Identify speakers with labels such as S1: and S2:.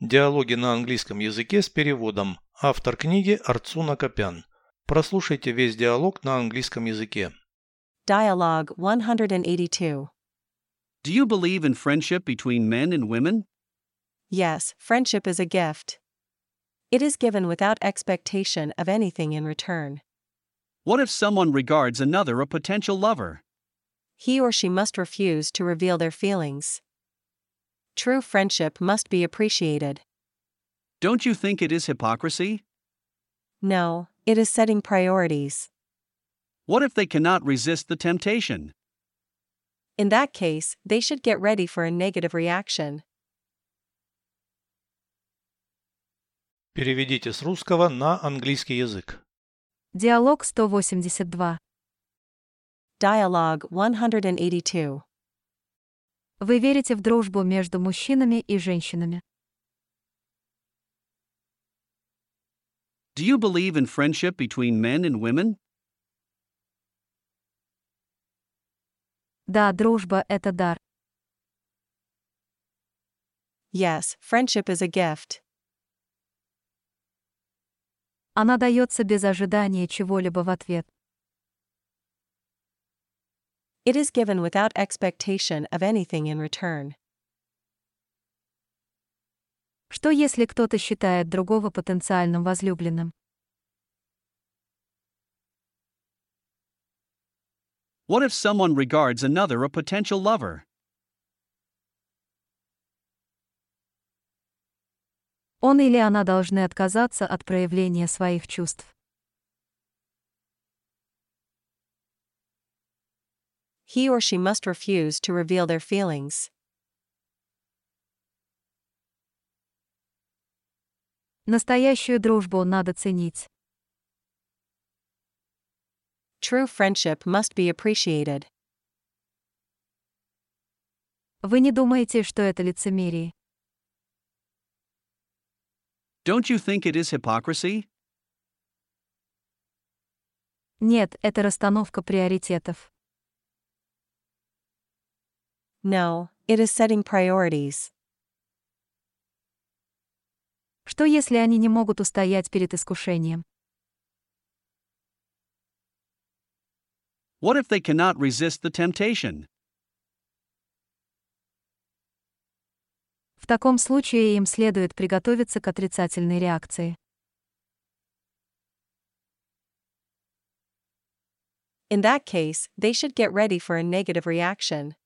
S1: Диалоги на английском языке с переводом. Автор книги Арцуна Копян. Прослушайте весь диалог на английском языке.
S2: Dialogue 182.
S3: Do you believe in friendship between men and women?
S2: Yes, friendship is a gift. It is given without expectation of anything in return.
S3: What if someone regards another a potential lover?
S2: He or she must refuse to reveal their feelings. True friendship must be appreciated.
S3: Don't you think it is hypocrisy?
S2: No, it is setting priorities.
S3: What if they cannot resist the temptation?
S2: In that case, they should get ready for a negative reaction.
S1: Переведите с русского на английский язык.
S4: Диалог 182.
S2: Dialogue 182.
S4: Вы верите в дружбу между мужчинами и женщинами?
S3: Do you believe in friendship between men and women?
S4: Да, дружба – это дар.
S2: Yes, friendship is a gift.
S4: Она дается без ожидания чего-либо в ответ.
S2: It is given without expectation of anything in return.
S4: Что если кто-то считает другого потенциальным возлюбленным?
S3: What if someone regards another a potential lover?
S4: Он или она должны отказаться от проявления своих чувств.
S2: He or she must refuse to reveal their feelings.
S4: Настоящую дружбу надо ценить.
S2: True friendship must be appreciated.
S4: Вы не думаете, что это лицемерие?
S3: Don't you think it is hypocrisy?
S4: Нет, это расстановка приоритетов.
S2: No, it is setting priorities.
S4: Что если они не могут устоять перед искушением?
S3: What if they cannot resist the temptation?
S4: В таком случае им следует приготовиться к отрицательной реакции.
S2: In that case, they should get ready for a negative reaction.